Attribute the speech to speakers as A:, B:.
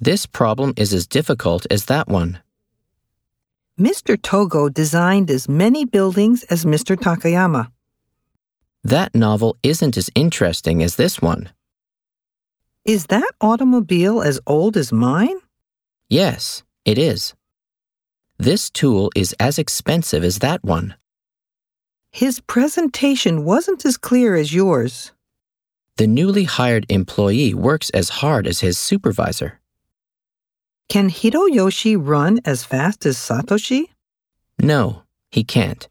A: This problem is as difficult as that one.
B: Mr. Togo designed as many buildings as Mr. Takayama.
A: That novel isn't as interesting as this one.
B: Is that automobile as old as mine?
A: Yes, it is. This tool is as expensive as that one.
B: His presentation wasn't as clear as yours.
A: The newly hired employee works as hard as his supervisor.
B: Can Hiroyoshi run as fast as Satoshi?
A: No, he can't.